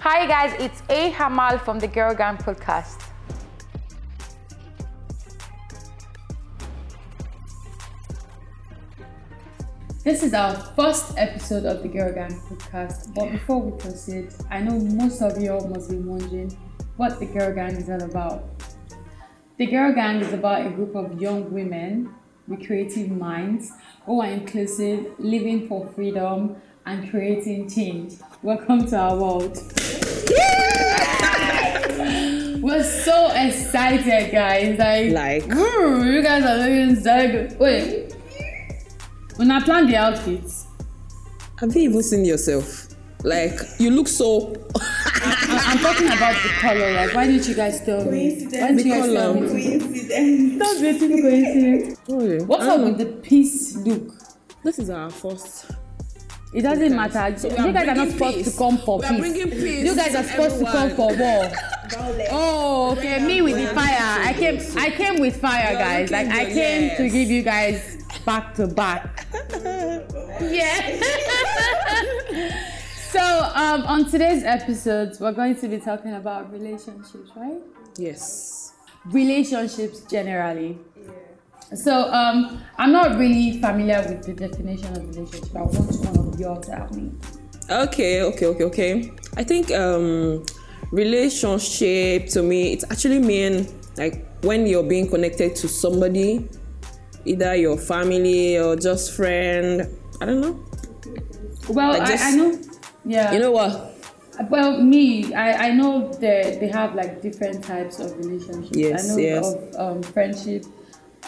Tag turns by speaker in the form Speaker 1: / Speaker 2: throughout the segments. Speaker 1: Hi guys, it's A Hamal from the Girl Gang podcast.
Speaker 2: This is our first episode of the Girl Gang podcast, but before we proceed, I know most of you all must be wondering what the Girl Gang is all about. The Girl Gang is about a group of young women with creative minds who are inclusive, living for freedom, and creating change. Welcome to our world. We're so excited, guys! Like,
Speaker 3: Like.
Speaker 2: woo, Hmm, you guys are looking so good. Wait, when I plan the outfits,
Speaker 3: Have you even seen yourself? Like, you look so.
Speaker 2: I- I'm talking about the color. Like, why didn't you guys tell me? Why didn't you guys tell me? That's a typical coincidence. What's
Speaker 3: Oh.
Speaker 2: up with the peace look?
Speaker 3: This is our first.
Speaker 2: It doesn't
Speaker 3: Okay.
Speaker 2: matter.
Speaker 3: So we
Speaker 2: you
Speaker 3: are
Speaker 2: guys are not
Speaker 3: bringing
Speaker 2: supposed
Speaker 3: peace.
Speaker 2: to come for
Speaker 3: We are
Speaker 2: peace.
Speaker 3: bringing peace
Speaker 2: You guys
Speaker 3: to
Speaker 2: are supposed to come for
Speaker 3: everyone.
Speaker 2: war. Oh, okay. Me with the
Speaker 3: Violence.
Speaker 2: fire. I came. I came with fire,
Speaker 3: You are
Speaker 2: guys. Like
Speaker 3: looking
Speaker 2: I
Speaker 3: good,
Speaker 2: came
Speaker 3: yes.
Speaker 2: to give you guys back to back. yeah. so um, on today's episode, we're going to be talking about relationships, right?
Speaker 3: Yes.
Speaker 2: relationships generally. So um, I'm not really familiar with the definition of relationship. I want one of y'all to help me.
Speaker 3: Okay, okay, okay, okay. I think um, relationship to me, it's actually mean like when you're being connected to somebody, either your family or just friend. I don't know.
Speaker 2: Well,
Speaker 3: Like
Speaker 2: I,
Speaker 3: just-
Speaker 2: I know. Yeah.
Speaker 3: You know what?
Speaker 2: well, me, I, I know that they have like different types of relationships.
Speaker 3: Yes,
Speaker 2: I know
Speaker 3: yes.
Speaker 2: of um, friendship,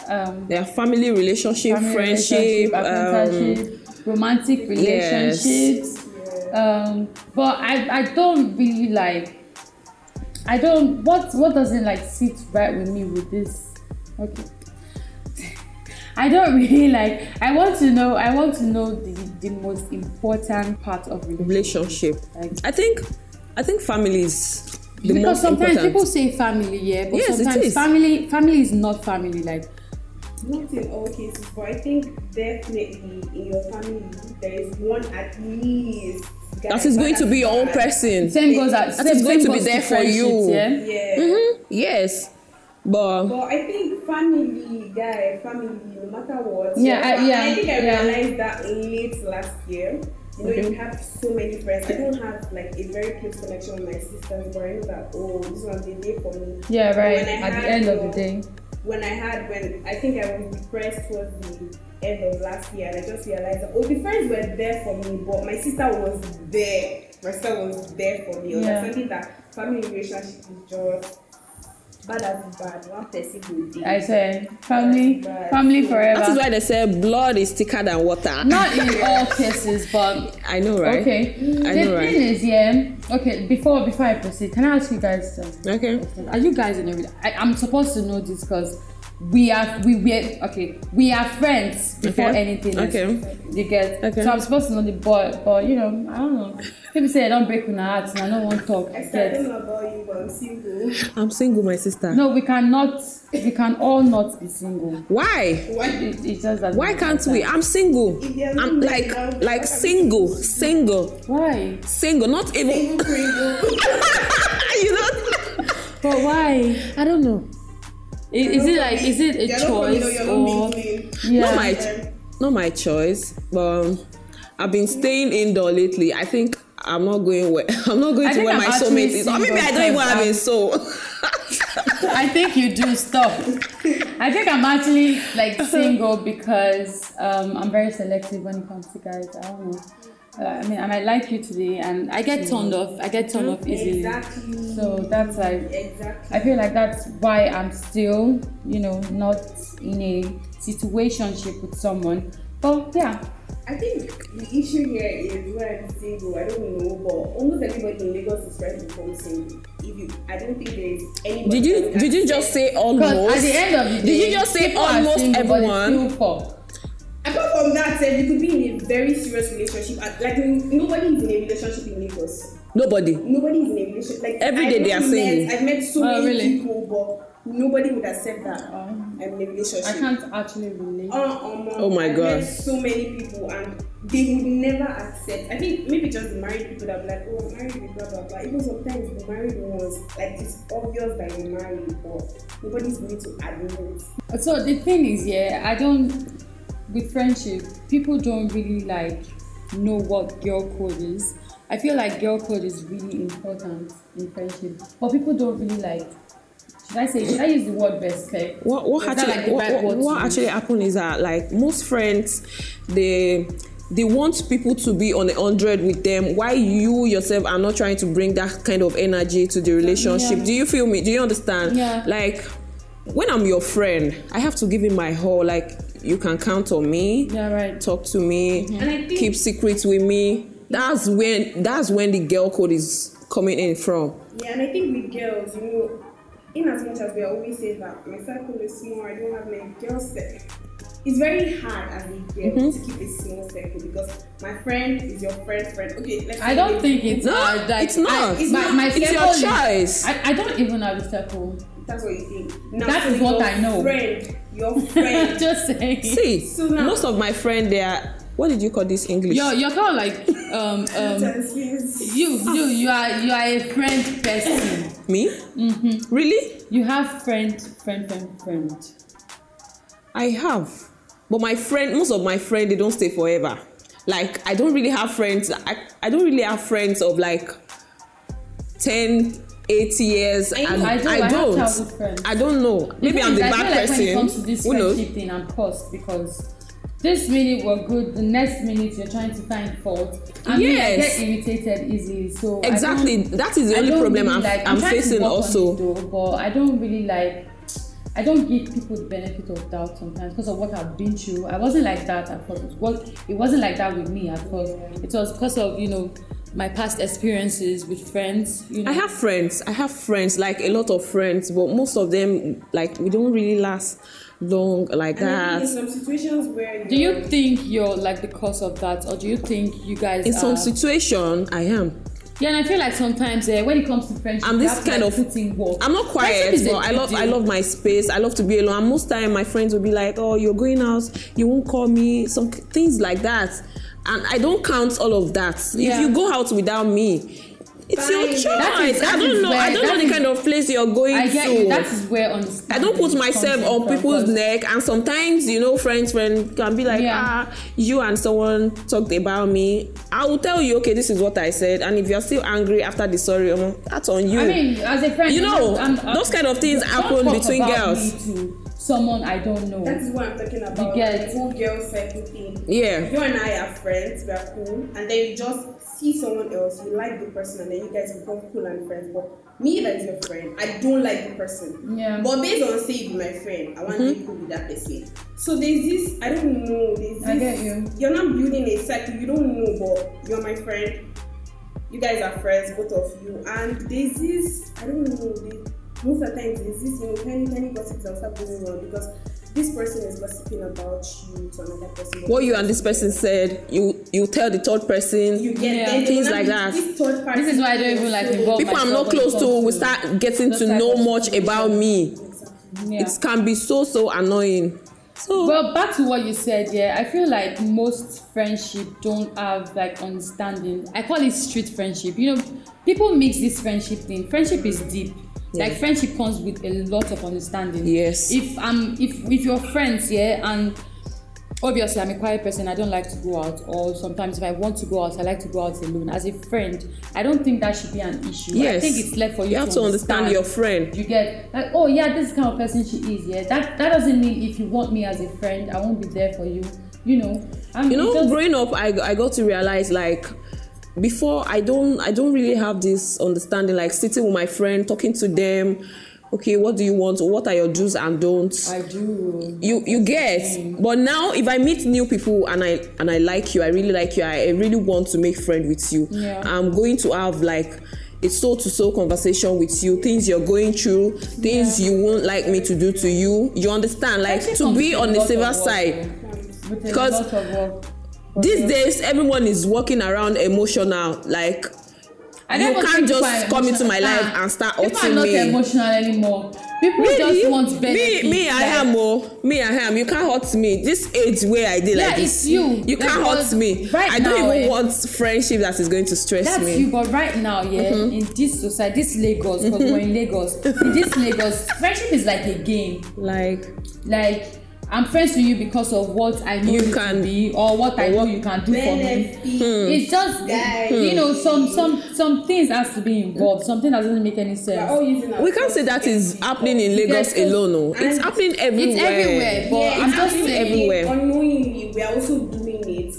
Speaker 2: um,
Speaker 3: There are family relationship,
Speaker 2: family
Speaker 3: friendship,
Speaker 2: relationship,
Speaker 3: um,
Speaker 2: acquaintanceship, romantic
Speaker 3: yes.
Speaker 2: relationships. Um, but I, I don't really like. I don't. What what doesn't like sit right with me with this? Okay. I don't really like. I want to know. I want to know the, the most important part of relationship.
Speaker 3: relationship.
Speaker 2: Like,
Speaker 3: I think, I think families. The
Speaker 2: because
Speaker 3: most
Speaker 2: sometimes
Speaker 3: important.
Speaker 2: people say family, yeah, but
Speaker 3: Yes, it
Speaker 2: sometimes
Speaker 3: is.
Speaker 2: family family is not family. Like
Speaker 4: Not in all cases, but I think definitely in your family there is one at least
Speaker 3: that is going to be your own person.
Speaker 2: same goes as
Speaker 3: That
Speaker 2: same,
Speaker 3: is going
Speaker 2: same
Speaker 3: to be
Speaker 2: goes
Speaker 3: there for
Speaker 2: friendships,
Speaker 3: you.
Speaker 2: Yeah?
Speaker 4: Yeah.
Speaker 2: Mm-hmm.
Speaker 3: Mhm, Yes, but
Speaker 4: But I think family guy, family, no matter what.
Speaker 2: Yeah,
Speaker 4: your
Speaker 2: I-
Speaker 4: fa-
Speaker 2: yeah,
Speaker 4: I think I
Speaker 2: yeah.
Speaker 4: realized that late last year. You know, you have so many friends. I don't have like a very close connection with my sisters, but I know that oh, this one's the day for me.
Speaker 2: Yeah,
Speaker 4: But
Speaker 2: right.
Speaker 4: when I
Speaker 2: At the
Speaker 4: had
Speaker 2: end of the
Speaker 4: your-
Speaker 2: day.
Speaker 4: when I had when I think I was depressed towards the end of last year, and I just realized that oh, the friends were there for me, but my sister was there. My sister was there for me.
Speaker 2: Yeah.
Speaker 4: Understanding that family relationship is just bad as bad. One person will be.
Speaker 2: I say family,
Speaker 4: Right.
Speaker 2: family
Speaker 3: that is
Speaker 2: forever.
Speaker 3: why they say blood is thicker than water.
Speaker 2: Not in all cases, but
Speaker 3: I know, right?
Speaker 2: okay.
Speaker 3: I
Speaker 2: the
Speaker 3: know, right?
Speaker 2: thing is, yeah. Okay, before before I proceed, can I ask you guys something?
Speaker 3: Okay.
Speaker 2: Are you guys in a? rela- I, I'm supposed to know this because we are we were okay. We are friends before
Speaker 3: Okay.
Speaker 2: anything. else.
Speaker 3: Okay.
Speaker 2: You get.
Speaker 3: Okay.
Speaker 2: So I'm supposed to know the boy, but you know, I don't know. People say I don't break with heart, and I don't want to talk.
Speaker 4: I said, I don't
Speaker 2: Yes.
Speaker 4: know about you, but I'm single.
Speaker 3: I'm single, my sister.
Speaker 2: No, we cannot. We can all not be single.
Speaker 3: Why?
Speaker 4: Why?
Speaker 2: It, it just doesn't
Speaker 3: Why
Speaker 2: matter.
Speaker 3: can't we? I'm single.
Speaker 4: If they are
Speaker 3: I'm
Speaker 4: not
Speaker 3: like
Speaker 4: now,
Speaker 3: like single, single,
Speaker 2: Why?
Speaker 3: single. Not even
Speaker 4: Single, single.
Speaker 3: you know.
Speaker 2: But why?
Speaker 3: I don't know.
Speaker 2: Is, is it like is it
Speaker 4: You're
Speaker 2: a
Speaker 4: not coming,
Speaker 2: choice
Speaker 4: you're
Speaker 2: or
Speaker 4: not mingling.
Speaker 3: Not
Speaker 2: yeah?
Speaker 3: Oh my not my choice, but um, I've been staying indoor lately. I think I'm not going well. I'm not going
Speaker 2: I
Speaker 3: to
Speaker 2: think
Speaker 3: where
Speaker 2: I'm
Speaker 3: my
Speaker 2: actually
Speaker 3: soulmate is. Or maybe
Speaker 2: single
Speaker 3: I don't even
Speaker 2: because
Speaker 3: have
Speaker 2: I'm-
Speaker 3: a soul.
Speaker 2: I think you do stop. I think I'm actually like single because um, I'm very selective when it comes to guys. I don't know. Uh, I mean, I might like you today, and I get turned off. I get turned off easily.
Speaker 4: Exactly.
Speaker 2: So that's like
Speaker 4: Exactly.
Speaker 2: I feel like that's why I'm still, you know, not in a situationship with someone. But yeah,
Speaker 4: I think the issue here is when I'm single, I don't know, but almost everybody in Lagos is trying to become single. If you, I don't think there is anybody.
Speaker 3: did you
Speaker 4: that
Speaker 3: did you
Speaker 4: can
Speaker 3: just say
Speaker 2: because
Speaker 3: almost?
Speaker 2: at the end of the day,
Speaker 3: Did you just say
Speaker 2: people are
Speaker 3: almost
Speaker 2: single, but they
Speaker 3: everyone?
Speaker 2: still fuck.
Speaker 4: Apart from that, said you could be in a very serious relationship. and, Like n- nobody is in a relationship in Lagos.
Speaker 3: Nobody.
Speaker 4: Nobody is in a relationship. Like
Speaker 3: Every
Speaker 4: I
Speaker 3: day they are
Speaker 4: met-
Speaker 3: single.
Speaker 4: I've met so
Speaker 2: Oh,
Speaker 4: many
Speaker 2: really?
Speaker 4: people, but nobody would accept that
Speaker 3: Oh.
Speaker 2: Um,
Speaker 4: I'm in a relationship.
Speaker 2: I can't actually relate.
Speaker 4: Uh, um,
Speaker 3: Oh my
Speaker 4: I've
Speaker 3: God.
Speaker 4: Met so many people, and they would never accept. I think maybe just the married people that be like, oh, I'm married with blah blah blah. Even sometimes the married ones, like it's obvious that you're married, but nobody's going to admit.
Speaker 2: So the thing is, yeah, I don't with friendship, people don't really like know what girl code is. I feel like girl code is really important in friendship, but people don't really like. Should I say? Should I use the word respect?
Speaker 3: what what
Speaker 2: Is that
Speaker 3: actually
Speaker 2: like the
Speaker 3: what,
Speaker 2: right
Speaker 3: what,
Speaker 2: word to
Speaker 3: what
Speaker 2: use?
Speaker 3: actually happened is that like most friends they they want people to be on a hundred with them why you yourself are not trying to bring that kind of energy to the relationship
Speaker 2: Yeah.
Speaker 3: do you feel me do you understand
Speaker 2: Yeah.
Speaker 3: like when i'm your friend i have to give you my whole like you can count on me
Speaker 2: Yeah, right.
Speaker 3: talk to me
Speaker 4: And I think-
Speaker 3: keep secrets with me that's when that's when the girl code is coming in from
Speaker 4: Yeah, and I think with girls, you know, in as much as we always say that my circle is small, I don't have many girls there. It's very hard as a girl
Speaker 2: Mm-hmm.
Speaker 4: to keep a small circle because my friend is your friend's friend. Okay, let's
Speaker 2: I don't think it's
Speaker 3: No,
Speaker 2: hard, like,
Speaker 3: it's not.
Speaker 2: I,
Speaker 3: It's
Speaker 2: my,
Speaker 4: not.
Speaker 2: my
Speaker 3: It's your
Speaker 2: circle is-
Speaker 3: choice.
Speaker 2: I, I don't even have a circle.
Speaker 4: that's what you think. Now,
Speaker 2: That
Speaker 4: so
Speaker 2: is what
Speaker 4: your
Speaker 2: I know.
Speaker 4: Friend, your friend.
Speaker 2: Just saying.
Speaker 3: see
Speaker 4: So now-
Speaker 3: most of my friend they are what did you call this english
Speaker 2: You're you're kind of like um um
Speaker 4: Senses.
Speaker 2: you you you are you are a friend person.
Speaker 3: me mm-hmm. really
Speaker 2: You have friend friend friend friend.
Speaker 3: I have. But my friend, most of my friend, they don't stay forever. Like I don't really have friends. I, I don't really have friends of like 10, 8 years.
Speaker 4: I know,
Speaker 3: and
Speaker 2: I do. I have childhood
Speaker 3: don't.
Speaker 2: friends.
Speaker 3: I don't know. Maybe I'm the
Speaker 2: I feel
Speaker 3: bad
Speaker 2: like
Speaker 3: person.
Speaker 2: When it comes to this
Speaker 3: Who knows?
Speaker 2: friendship thing, I'm cursed because this minute we're good, the next minute you're trying to find fault. I mean, I
Speaker 3: Yes.
Speaker 2: get irritated easily. So I
Speaker 3: Exactly.
Speaker 2: don't-
Speaker 3: That is the
Speaker 2: I
Speaker 3: only
Speaker 2: don't
Speaker 3: problem
Speaker 2: really
Speaker 3: I'm,
Speaker 2: like-
Speaker 3: I'm
Speaker 2: trying to
Speaker 3: facing
Speaker 2: work on
Speaker 3: also.
Speaker 2: it though, but I don't really like. I don't give people the benefit of doubt sometimes because of what I've been through. I wasn't like that at first. It was- It wasn't like that with me at first. It was because of you know my past experiences with friends. You know,
Speaker 3: I have friends. I have friends, like a lot of friends, but most of them, like, we don't really last long like
Speaker 4: And I
Speaker 3: that.
Speaker 4: think in some situations where
Speaker 2: Do you think you're like the cause of that, or do you think you guys?
Speaker 3: In
Speaker 2: are...
Speaker 3: some situation, I am.
Speaker 2: yeah, and I feel like sometimes uh, when it comes to friendship,
Speaker 3: I'm
Speaker 2: you
Speaker 3: this
Speaker 2: have to,
Speaker 3: kind
Speaker 2: like,
Speaker 3: of-
Speaker 2: put in work.
Speaker 3: I'm not
Speaker 2: Friendship
Speaker 3: quiet,
Speaker 2: is a
Speaker 3: but I
Speaker 2: big
Speaker 3: love
Speaker 2: deal.
Speaker 3: I love my space. I love to be alone. And most time, my friends will be like, "Oh, you're going out. You won't call me." Some c- things like that, and I don't count all of that.
Speaker 2: Yeah.
Speaker 3: If you go out without me, it's your
Speaker 4: Fine.
Speaker 3: choice.
Speaker 2: That is- that
Speaker 3: I don't
Speaker 2: is
Speaker 3: know. I
Speaker 2: where-
Speaker 3: don't know
Speaker 2: that
Speaker 3: the
Speaker 2: is-
Speaker 3: kind of place you're going
Speaker 2: I get
Speaker 3: to.
Speaker 2: you. That is where
Speaker 3: I
Speaker 2: understanding
Speaker 3: don't put
Speaker 2: comes
Speaker 3: myself
Speaker 2: in
Speaker 3: on
Speaker 2: from,
Speaker 3: people's
Speaker 2: 'cause-
Speaker 3: neck, and sometimes you know, friends, friend can be like,
Speaker 2: Yeah.
Speaker 3: ah, you and someone talked about me. I will tell you, okay, this is what I said, and if you're still angry after the sorry, omo, that's on you.
Speaker 2: I mean, as a friend,
Speaker 3: You know,
Speaker 2: I'm- I'm-
Speaker 3: those kind of things
Speaker 2: don't
Speaker 3: happen
Speaker 2: talk
Speaker 3: between
Speaker 2: about
Speaker 3: girls.
Speaker 2: Me to someone I don't know.
Speaker 4: That is what I'm talking about.
Speaker 2: get-
Speaker 4: The whole girl circle thing.
Speaker 3: Yeah.
Speaker 4: You and I are friends, we are cool, and then you just see someone else, you like the person, and then you guys become cool and friends. But me, that is your friend, I don't like the person.
Speaker 2: Yeah.
Speaker 4: But based on say you be my friend, I want to
Speaker 3: Mm-hmm.
Speaker 4: be cool with that person. So there's this, I don't know, there's this.
Speaker 2: I get you.
Speaker 4: You're not building a circle, you don't know, but you're my friend. You guys are friends, both of you, and there's this, I don't know, the, most of the times there's this, you know, tiny, tiny gossips that start going on because this person is gossiping about you to another person.
Speaker 3: what you and this person said, you you tell the third person.
Speaker 4: you get
Speaker 2: Yeah.
Speaker 4: then they
Speaker 3: Things
Speaker 4: will not
Speaker 3: like
Speaker 4: be
Speaker 3: that.
Speaker 4: This, third party
Speaker 2: This is why I don't even like
Speaker 4: so-
Speaker 2: involve
Speaker 3: people I'm not
Speaker 2: myself when it
Speaker 3: close to
Speaker 2: comes
Speaker 3: will start getting
Speaker 2: those
Speaker 3: to
Speaker 2: type
Speaker 3: know
Speaker 2: of
Speaker 3: much
Speaker 2: situations.
Speaker 3: about me.
Speaker 2: Yeah.
Speaker 3: It can be so so annoying. So
Speaker 2: Well, back to what you said, yeah, I feel like most friendship don't have like understanding. I call it street friendship. You know, people mix this friendship thing. Friendship is deep. Like friendship comes with a lot of understanding.
Speaker 3: Yes.
Speaker 2: If I'm if if you're friends, yeah, and obviously I'm a quiet person, I don't like to go out, or sometimes if I want to go out, I like to go out alone. As a friend, I don't think that should be an issue. I
Speaker 3: yes,
Speaker 2: think it's left for you,
Speaker 3: you have to understand your friend.
Speaker 2: you get like oh yeah this is the kind of person she is yeah that that doesn't mean if you want me as a friend i won't be there for you you know i
Speaker 3: you know
Speaker 2: just,
Speaker 3: growing up I, I got to realize like before i don't i don't really have this understanding like sitting with my friend talking to them okay what do you want what are your do's and don'ts
Speaker 2: i Mm. do
Speaker 3: you you get but now if i meet new people and i and i like you i really like you i, I really want to make friend with you
Speaker 2: Yeah.
Speaker 3: i'm going to have like a soul to soul conversation with you things you're going through things you won't like me to do to you you understand like
Speaker 2: Friendship
Speaker 3: to
Speaker 2: comes
Speaker 3: be
Speaker 2: with a
Speaker 3: on the
Speaker 2: lot of
Speaker 3: safer
Speaker 2: work,
Speaker 3: side
Speaker 2: though. With a
Speaker 3: Because
Speaker 2: lot of work.
Speaker 3: these days everyone is walking around emotional like
Speaker 2: I
Speaker 3: you
Speaker 2: never
Speaker 3: can't
Speaker 2: think people
Speaker 3: just
Speaker 2: are
Speaker 3: come into my
Speaker 2: emotional.
Speaker 3: life
Speaker 2: Ah,
Speaker 3: and start
Speaker 2: People are
Speaker 3: hurting
Speaker 2: not
Speaker 3: me.
Speaker 2: emotional anymore. People
Speaker 3: Really?
Speaker 2: just want benefits.
Speaker 3: me, me, I
Speaker 2: like-
Speaker 3: am, oh, me, I am. You can't hurt me. This age where I did
Speaker 2: Yeah,
Speaker 3: like this,
Speaker 2: it's you.
Speaker 3: You
Speaker 2: Like,
Speaker 3: can't
Speaker 2: because
Speaker 3: hurt me.
Speaker 2: right
Speaker 3: I don't
Speaker 2: now,
Speaker 3: even
Speaker 2: eh,
Speaker 3: want friendship that is going to stress
Speaker 2: That's
Speaker 3: me. Mm-hmm.
Speaker 2: you, but right now, yeah, in this society, this Lagos, because we're in Lagos, in this Lagos, friendship is like a game.
Speaker 3: Like,
Speaker 2: Like, I'm friends with you because of what I know
Speaker 3: You
Speaker 2: you, to
Speaker 3: can-
Speaker 2: be or what I know
Speaker 3: what- Hmm.
Speaker 2: you can do for Hmm. me.
Speaker 4: Benefit.
Speaker 2: It's just
Speaker 4: Guy.
Speaker 2: you know some some some things has to be involved. Something that doesn't make any
Speaker 4: We are
Speaker 2: sense.
Speaker 3: oh,
Speaker 4: all using our
Speaker 3: we can't say that is happening in Lagos
Speaker 2: Yes,
Speaker 3: alone. Oh. It's
Speaker 4: and-
Speaker 3: happening everywhere.
Speaker 2: everywhere, but
Speaker 4: Yeah,
Speaker 2: I'm
Speaker 4: and
Speaker 2: just
Speaker 4: doing
Speaker 2: saying-
Speaker 3: Everywhere.
Speaker 4: It, unknowingly, we are also doing it.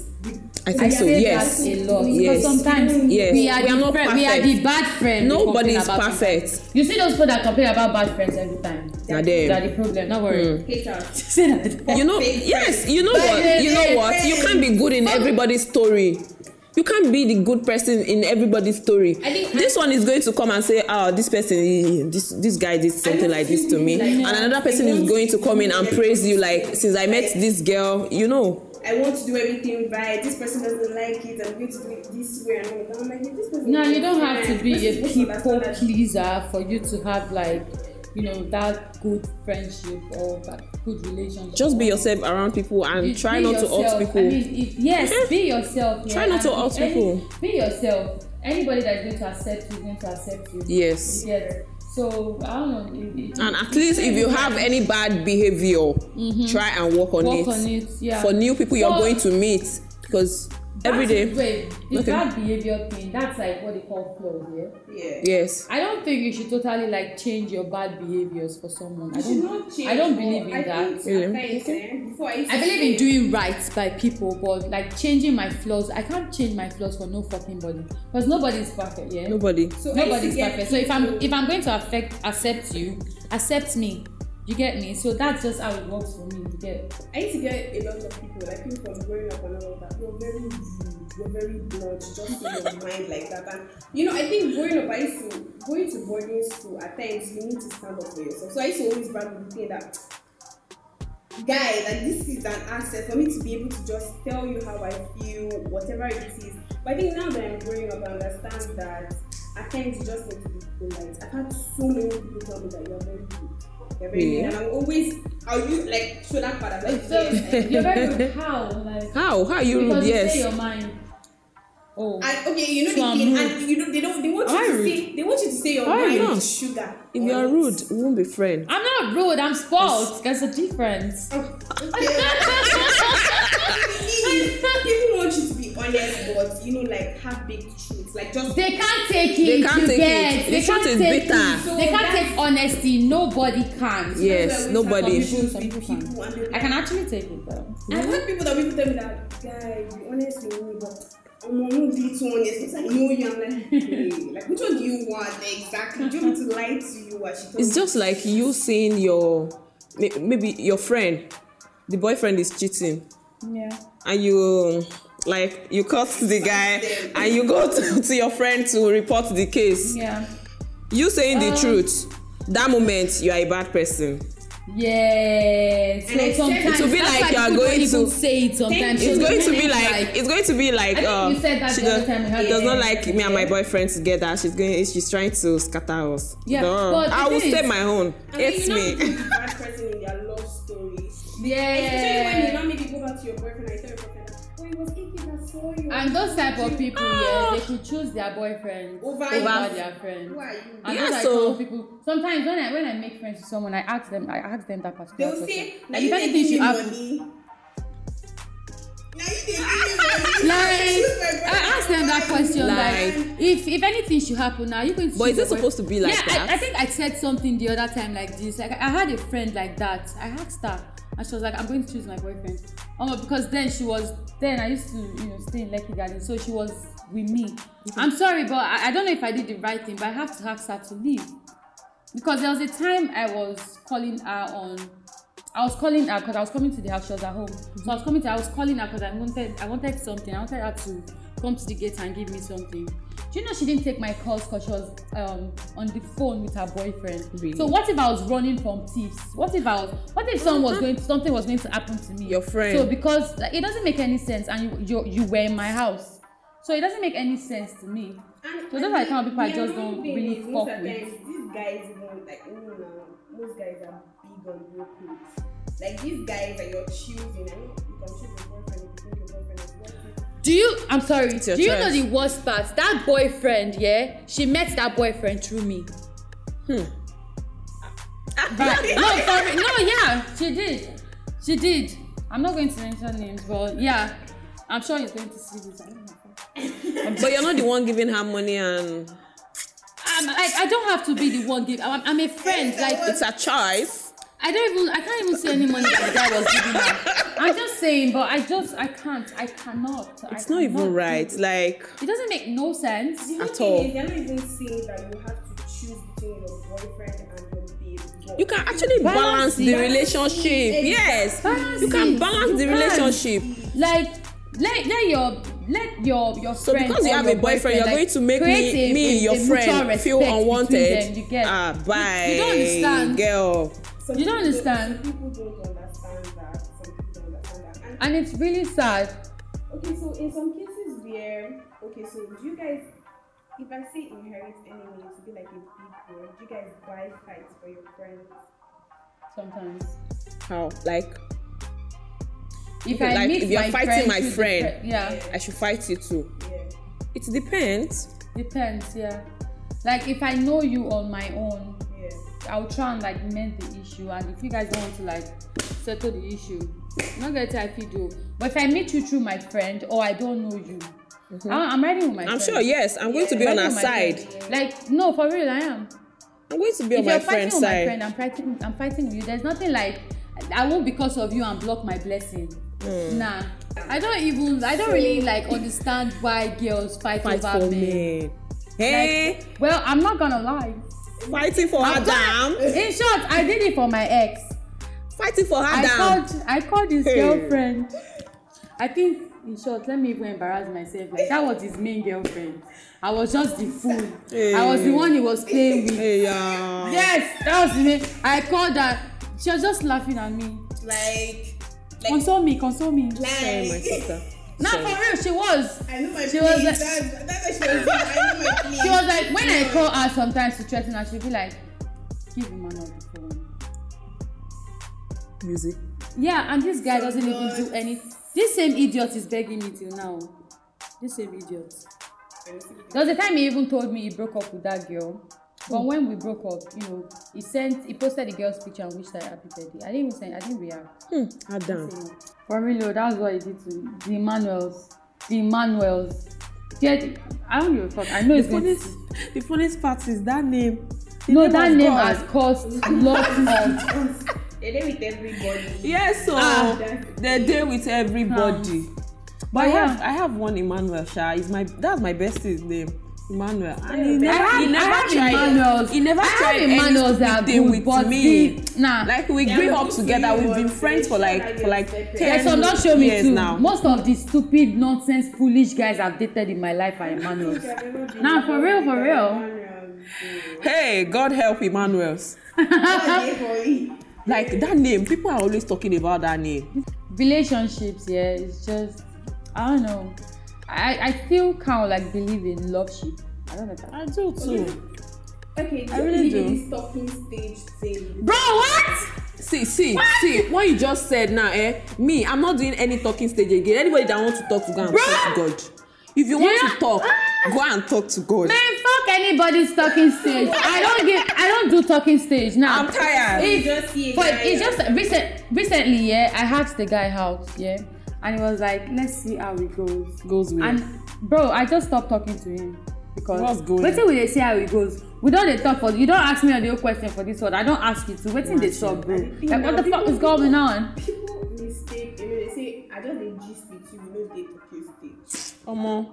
Speaker 3: I think
Speaker 2: I
Speaker 3: so.
Speaker 2: say
Speaker 3: Yes.
Speaker 2: that a lot
Speaker 3: Yes.
Speaker 2: because sometimes
Speaker 3: Yes.
Speaker 2: we are
Speaker 3: We are
Speaker 2: the
Speaker 3: not
Speaker 2: friend- we are
Speaker 3: perfect.
Speaker 2: the bad friend. we
Speaker 3: Nobody
Speaker 2: complain
Speaker 3: is
Speaker 2: about
Speaker 3: perfect.
Speaker 2: sometimes. You see those people that complain about bad friends every time.
Speaker 3: Now them. Hmm.
Speaker 2: They're the problem. Don't worry.
Speaker 4: Haters.
Speaker 2: Say that.
Speaker 3: You know.
Speaker 4: Fake
Speaker 3: Yes.
Speaker 4: friends.
Speaker 3: You know
Speaker 2: But
Speaker 3: what? You know
Speaker 2: they-
Speaker 3: what? You
Speaker 4: they-
Speaker 3: can't be good in everybody's story. You can't be the good person in everybody's story.
Speaker 4: I think-
Speaker 3: this one is going to come and say, "Oh, this person, eh, this this guy did something
Speaker 4: know
Speaker 3: like this to
Speaker 4: few
Speaker 3: me,"
Speaker 4: people like
Speaker 3: and
Speaker 4: that.
Speaker 3: another person is going to come in and praise you, like, "Since I met this girl, you know."
Speaker 4: I want to do everything right. This person doesn't like it. I'm going to do it this way. And all that. I'm like, this person.
Speaker 2: No, you don't have to be
Speaker 4: This
Speaker 2: a
Speaker 4: person
Speaker 2: people
Speaker 4: doesn't understand.
Speaker 2: pleaser for you to have like, you know, that good friendship or that good relationship.
Speaker 3: Just be yourself around people and
Speaker 2: You-
Speaker 3: try
Speaker 2: be
Speaker 3: not to hurt
Speaker 2: yourself.
Speaker 3: people. Eh?
Speaker 2: I mean, if, yes, be yourself. Yeah,
Speaker 3: Try not
Speaker 2: and
Speaker 3: to
Speaker 2: if
Speaker 3: hurt
Speaker 2: any-
Speaker 3: people.
Speaker 2: Be yourself. Anybody that's going to accept you is going to accept you.
Speaker 3: Yes.
Speaker 2: You get it? So I don't know. It, it,
Speaker 3: and at least if you have any bad behavior try and work on
Speaker 2: work
Speaker 3: it
Speaker 2: on it, yeah.
Speaker 3: for new people you're
Speaker 2: Well,
Speaker 3: going to meet because
Speaker 2: that
Speaker 3: every
Speaker 2: is
Speaker 3: day
Speaker 2: great. The
Speaker 3: Okay.
Speaker 2: bad behavior thing. That's like what they call flaws. Yeah.
Speaker 4: Yeah.
Speaker 3: yes
Speaker 2: I don't think you should totally like change your bad behaviors for someone. I
Speaker 4: You should not
Speaker 2: don't,
Speaker 4: change,
Speaker 2: I don't
Speaker 4: but
Speaker 2: believe in
Speaker 4: I
Speaker 2: that.
Speaker 4: Think
Speaker 3: Really?
Speaker 4: at times, eh, before I, used
Speaker 2: I
Speaker 4: to
Speaker 2: believe
Speaker 4: say-
Speaker 2: in doing right by people, but like changing my flaws, I can't change my flaws for no fucking body because nobody is perfect. Yeah,
Speaker 3: nobody
Speaker 4: So
Speaker 2: nobody's perfect. So if I'm if I'm going to affect accept you, accept me. You get me? So that's just how it works for me. You get?
Speaker 4: I used to get a lot of people, like people from growing up and all of that. You're very rude, you're very blunt, just in your mind like that. And you know, I think growing up, I used to going to boarding school at times you need to stand up for yourself. So I used to always brag with the thing that guy, like this is an asset for me to be able to just tell you how I feel, whatever it is. But I think now that I'm growing up, I understand that at times you just need to be polite. I've had so many people tell me that you're very good. You're very
Speaker 3: Yeah.
Speaker 4: good. And I'm always I'll use like show that part. I'm like,
Speaker 2: So
Speaker 4: yes, I
Speaker 2: you're very good. How like
Speaker 3: how how you
Speaker 2: because you say
Speaker 3: yes
Speaker 2: your mind. Oh,
Speaker 4: And okay, you know
Speaker 2: So I'm
Speaker 4: the thing,
Speaker 2: rude.
Speaker 4: and you know they don't they want
Speaker 3: Am I
Speaker 4: you to
Speaker 3: rude?
Speaker 4: say they want you to say your
Speaker 3: Why
Speaker 4: mind
Speaker 3: not?
Speaker 4: is sugar.
Speaker 3: if you are rude we won't be friends
Speaker 2: I'm not rude. I'm spoiled. There's a difference.
Speaker 4: People want you to be honest, but you know, like have big truths, like just
Speaker 2: They can't take it.
Speaker 3: They can't
Speaker 2: you
Speaker 3: take
Speaker 2: get.
Speaker 3: it.
Speaker 2: They
Speaker 3: The
Speaker 2: can't
Speaker 3: truth is
Speaker 2: take
Speaker 3: bitter.
Speaker 2: It. they can't take honesty. Nobody can.
Speaker 3: Yeah. yes,
Speaker 4: That's why we
Speaker 3: nobody.
Speaker 4: have
Speaker 2: Some
Speaker 4: issues
Speaker 2: people-
Speaker 4: with
Speaker 2: some people
Speaker 4: people and they-
Speaker 2: I can actually take it though.
Speaker 4: I've had people that people tell me that, guy, be honest with me, but I'm not be too honest. Since I know you, I'm like, hey, like which one do you want exactly? Do you want me to lie to you? What she told
Speaker 3: it's just like you seeing your may- maybe your friend the boyfriend is cheating
Speaker 2: Yeah.
Speaker 3: and you like you curse the guy and you go to, to your friend to report the case
Speaker 2: Yeah.
Speaker 3: you saying
Speaker 2: Um,
Speaker 3: the truth that moment you are a bad person
Speaker 2: Yes.
Speaker 4: And
Speaker 2: So
Speaker 4: it's-
Speaker 2: sometimes
Speaker 3: it will be
Speaker 2: that's
Speaker 3: like
Speaker 2: why
Speaker 3: you are
Speaker 2: people
Speaker 3: going
Speaker 2: don't even
Speaker 3: to-
Speaker 2: say it. Sometimes
Speaker 4: Thank
Speaker 2: So
Speaker 3: it's
Speaker 4: you.
Speaker 2: the
Speaker 3: going to be
Speaker 2: minute,
Speaker 3: like, it's going to be like
Speaker 2: think
Speaker 3: uh,
Speaker 2: you said that
Speaker 3: she
Speaker 2: the other
Speaker 3: does,
Speaker 2: time we had
Speaker 3: does
Speaker 2: the-
Speaker 3: not like me and my boyfriend together she's going she's trying to scatter us
Speaker 2: Yeah,
Speaker 3: Duh.
Speaker 2: but the
Speaker 3: i will
Speaker 2: thing
Speaker 3: say
Speaker 2: is-
Speaker 3: my own
Speaker 4: I mean,
Speaker 3: it's
Speaker 4: you know,
Speaker 3: me
Speaker 4: people be bad person in their love stories. Especially when you
Speaker 2: yeah.
Speaker 4: now maybe go back to your boyfriend and tell your boyfriend that, oh, it was Iggy that saw you.
Speaker 2: And those type of people,
Speaker 3: Ah.
Speaker 2: yeah, they could choose their boyfriend
Speaker 4: Over
Speaker 2: over,
Speaker 4: you.
Speaker 2: their friend.
Speaker 4: Who are you?
Speaker 2: And
Speaker 3: Yeah,
Speaker 2: those are
Speaker 3: so-
Speaker 2: some people. Sometimes when I when I make friends with someone, I ask them, I ask them that
Speaker 4: They
Speaker 2: particular
Speaker 4: will
Speaker 2: question.
Speaker 4: say, now
Speaker 2: like
Speaker 4: you
Speaker 2: if
Speaker 4: didn't
Speaker 2: anything
Speaker 4: give me
Speaker 2: should happen,
Speaker 4: money. Now you didn't give me
Speaker 2: like
Speaker 4: money. Choose my boyfriend.
Speaker 2: I asked them that question like,
Speaker 3: Like-
Speaker 2: if if anything should happen now you can
Speaker 3: But is
Speaker 2: choose
Speaker 3: it
Speaker 2: your
Speaker 3: supposed to be like
Speaker 2: yeah,
Speaker 3: that?
Speaker 2: I, I think I said something the other time like this like I had a friend like that I asked her and she was like I'm going to choose my boyfriend um, because then she was then I used to you know stay in Lekki Garden so she was with me I'm sorry but I, I don't know if I did the right thing but I have to ask her to leave because there was a time I was calling her on. I was calling her because I was coming to the house. She was at home, so I was coming to. I was calling her because I wanted. I wanted something. I wanted her to come to the gate and give me something. Do you know she didn't take my calls because she was um, on the phone with her boyfriend.
Speaker 3: Really?
Speaker 2: So what if I was running from thieves? What if I was? What if someone was going? Something was going to happen to me?
Speaker 3: Your friend.
Speaker 2: So because like, it doesn't make any sense, and you, you you were in my house, so it doesn't make any sense to me.
Speaker 4: And
Speaker 2: So those are the kind of people I
Speaker 4: the
Speaker 2: just
Speaker 4: annoying
Speaker 2: don't
Speaker 4: thing
Speaker 2: really
Speaker 4: is
Speaker 2: fuck
Speaker 4: most of the
Speaker 2: with.
Speaker 4: times, These guys even like oh no, most guys are big on bro codes. Like these guys that you're choosing, I mean, you can choose your boyfriend if you think your boyfriend is worth it.
Speaker 5: Do you? I'm sorry.
Speaker 3: It's
Speaker 5: Do
Speaker 3: your
Speaker 5: you
Speaker 3: choice.
Speaker 5: know the worst part? That boyfriend, yeah, she met that boyfriend through me.
Speaker 2: Right. no, sorry. No, yeah, she did. She did. I'm not going to mention names, but yeah, I'm sure he's going to see this. I don't know.
Speaker 3: But you're not the one giving her money and
Speaker 2: I'm, like, I don't have to be the one giving. I'm, I'm a friend. Like,
Speaker 3: it's her choice.
Speaker 2: I don't even. I can't even see any money that the guy was giving her. I'm just saying, but I just, I can't. I cannot.
Speaker 3: It's not even right. Like
Speaker 2: It doesn't make no sense.
Speaker 4: The
Speaker 3: At
Speaker 4: thing
Speaker 3: all.
Speaker 4: is, They're not even saying that you have to choose between your boyfriend and your babe. But
Speaker 3: you can actually balance the
Speaker 4: Balance it.
Speaker 3: relationship. Yes.
Speaker 2: Balance
Speaker 3: You can
Speaker 2: it.
Speaker 3: balance the
Speaker 2: You can.
Speaker 3: relationship.
Speaker 2: like let let your let your your
Speaker 3: So
Speaker 2: friend
Speaker 3: because you
Speaker 2: or
Speaker 3: have
Speaker 2: your
Speaker 3: a boyfriend, you're
Speaker 2: like,
Speaker 3: going to make
Speaker 2: create
Speaker 3: me,
Speaker 2: a-
Speaker 3: me
Speaker 2: a-
Speaker 3: your
Speaker 2: a
Speaker 3: friend,
Speaker 2: mutual
Speaker 3: feel
Speaker 2: respect between
Speaker 3: unwanted.
Speaker 2: them, you get
Speaker 3: Ah, bye.
Speaker 2: you don't understand.
Speaker 3: girl.
Speaker 4: some
Speaker 2: you don't
Speaker 4: people
Speaker 2: understand.
Speaker 4: Some people don't understand that. Some people don't understand that. And
Speaker 2: and it's really sad
Speaker 4: Okay, so in some cases where okay, so do you guys if I say inherit anyway, it would be like a big word. Do you guys buy fights for your friends?
Speaker 2: sometimes
Speaker 3: How? Like
Speaker 2: if
Speaker 3: Okay,
Speaker 2: I
Speaker 3: like,
Speaker 2: meet
Speaker 3: if you're
Speaker 2: my
Speaker 3: fighting
Speaker 2: friend
Speaker 3: my
Speaker 2: through the
Speaker 3: friend.
Speaker 2: fri- yeah
Speaker 3: I should fight you too.
Speaker 4: Yeah.
Speaker 3: It depends.
Speaker 2: depends yeah like if I know you on my own
Speaker 4: Yeah.
Speaker 2: I'll try and like mend the issue and if you guys don't want to like settle the issue I'm not gonna tell you do but if I meet you through my friend or I don't know you I, I'm riding with my
Speaker 3: Mm-hmm. I'm
Speaker 2: friend
Speaker 3: sure, yes, I'm going to be on
Speaker 2: Riding with
Speaker 3: her
Speaker 2: my
Speaker 3: side.
Speaker 2: friend. like no for real I am
Speaker 3: I'm going to be on
Speaker 2: if you're
Speaker 3: my
Speaker 2: fighting
Speaker 3: friend's
Speaker 2: with my
Speaker 3: side.
Speaker 2: friend, I'm fighting. I'm fighting with you. There's nothing like I won't because of you and block my blessing.
Speaker 3: Hmm.
Speaker 2: Nah, I don't even. I don't really like understand why girls fight,
Speaker 3: Fight
Speaker 2: over men.
Speaker 3: for me.
Speaker 2: Like,
Speaker 3: Hey,
Speaker 2: well, I'm not gonna lie.
Speaker 3: fighting for her damn.
Speaker 2: In short, I did it for my ex.
Speaker 3: Fighting for her
Speaker 2: I
Speaker 3: damn.
Speaker 2: called. I called his
Speaker 3: Hey.
Speaker 2: girlfriend. I think. In short, let me even embarrass myself. Like that was his main girlfriend. I was just the fool. I was the one he was playing with.
Speaker 3: Hey, yeah.
Speaker 2: Yes, that was me. I called her. She was just laughing at me.
Speaker 4: Like
Speaker 2: console me, console me. Nah,
Speaker 3: Sorry, my sister.
Speaker 2: for real, she was.
Speaker 4: I know my
Speaker 2: She
Speaker 4: she
Speaker 2: was
Speaker 4: place.
Speaker 2: like-
Speaker 4: that's, that's what she was doing. I know my place.
Speaker 2: She was like, when I call her sometimes to threaten her, she'll be like, give him another phone.
Speaker 3: Music.
Speaker 2: Yeah, and this guy doesn't even do any. This same idiot is begging me till now. This same idiot. There was a time he even told me he broke up with that girl. But when we broke up, you know, he sent, he posted the girl's picture and wished her happy birthday. I didn't even send, I didn't react.
Speaker 3: Hmm, her damn.
Speaker 2: For real, though, that's what he did to me. the Manuels. The Manuels. Yet, I don't give a fuck. I know it's going to.
Speaker 3: the funniest part is that name.
Speaker 2: No, that name has caused lots of.
Speaker 4: They did with everybody.
Speaker 3: Yes, so
Speaker 2: Ah.
Speaker 3: the day with everybody. But I
Speaker 2: yeah.
Speaker 3: have I have one Emmanuel Sha. Is my that's my bestie's name. Emmanuel. And he
Speaker 4: I
Speaker 3: never,
Speaker 2: have-
Speaker 3: he
Speaker 2: I
Speaker 3: never
Speaker 2: have
Speaker 3: tried
Speaker 2: Emmanuels.
Speaker 3: He never
Speaker 2: I have
Speaker 3: tried
Speaker 2: Emmanuels that are
Speaker 3: anything
Speaker 2: good,
Speaker 3: with
Speaker 2: but
Speaker 3: me.
Speaker 2: the- nah.
Speaker 3: Like we
Speaker 4: Yeah,
Speaker 3: grew
Speaker 4: but
Speaker 3: up
Speaker 4: you
Speaker 3: together.
Speaker 4: see
Speaker 3: We've
Speaker 4: what
Speaker 3: been
Speaker 4: you
Speaker 3: friends for
Speaker 4: said,
Speaker 3: like
Speaker 4: that
Speaker 3: for
Speaker 4: is
Speaker 3: like
Speaker 4: separate.
Speaker 3: ten
Speaker 2: Yeah, so don't show me
Speaker 3: years
Speaker 2: too.
Speaker 3: now.
Speaker 2: Most of the stupid, nonsense, foolish guys I've dated in my life are Emmanuels. Nah, for real, for real.
Speaker 3: Hey, God help Emmanuel's. Like that name, people are always talking about that name.
Speaker 2: Relationships, yeah, it's just. I don't know. I, I still kind of like believe in love ship. I don't know. if I-
Speaker 3: I do too.
Speaker 4: Okay, do
Speaker 3: I
Speaker 4: you
Speaker 3: really
Speaker 4: believe in
Speaker 3: do.
Speaker 4: this talking stage thing?
Speaker 2: Bro, what?
Speaker 3: See, see, see, what you just said now, eh? Me, I'm not doing any talking stage again. Anybody that wants to talk to go and talk to God. If you want
Speaker 2: Yeah.
Speaker 3: to talk, go and talk to God.
Speaker 2: Man, fuck anybody's talking stage. I don't give. I don't do talking stage now.
Speaker 3: I'm tired.
Speaker 2: If-
Speaker 4: Just see a
Speaker 2: but
Speaker 4: guy
Speaker 2: it's just recent. Recently, yeah, I asked the guy out, yeah, and he was like, "Let's see how it goes."
Speaker 3: Goes where?
Speaker 2: And bro, I just stopped talking to him because
Speaker 3: What's going
Speaker 2: wait till we dey see how it goes. We don't dey talk for you. Don't ask me a real question for this one. I don't ask you to. Wait till they stop, bro. Like what the fuck is going on?
Speaker 4: People mistake, you know, they say, I just did gist with you, you know, they talking stage.
Speaker 3: Omo.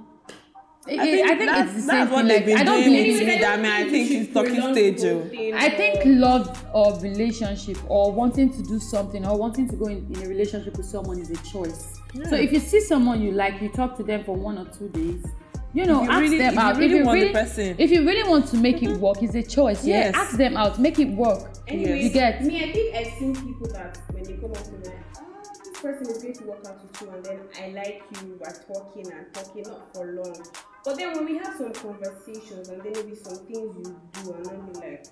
Speaker 2: I think, I think
Speaker 3: that's,
Speaker 2: it's the same
Speaker 3: that's
Speaker 2: thing.
Speaker 3: what
Speaker 2: like,
Speaker 3: they've been
Speaker 2: I don't
Speaker 3: doing
Speaker 2: believe
Speaker 3: with me.
Speaker 2: in-
Speaker 3: That mean, I think it's talking stage. oh.
Speaker 2: I think love or relationship or wanting to do something or wanting to go in, in a relationship with someone is a choice. So if you see someone you like, you talk to them for one or two days. You know,
Speaker 3: If you
Speaker 2: ask
Speaker 3: really-
Speaker 2: them
Speaker 3: if you
Speaker 2: out.
Speaker 3: really want the person. Mm-hmm.
Speaker 2: if you really want to make it work, it's a choice. Yeah,
Speaker 3: Yes.
Speaker 2: ask them out, make it work.
Speaker 4: Anyways,
Speaker 2: you get.
Speaker 4: me, I think I've seen people that when they come up to me, like, ah, this person is going to work out with you, and then I like you, we're talking and talking, not for long. But then when we have some conversations and then maybe some things you do and I'll be like,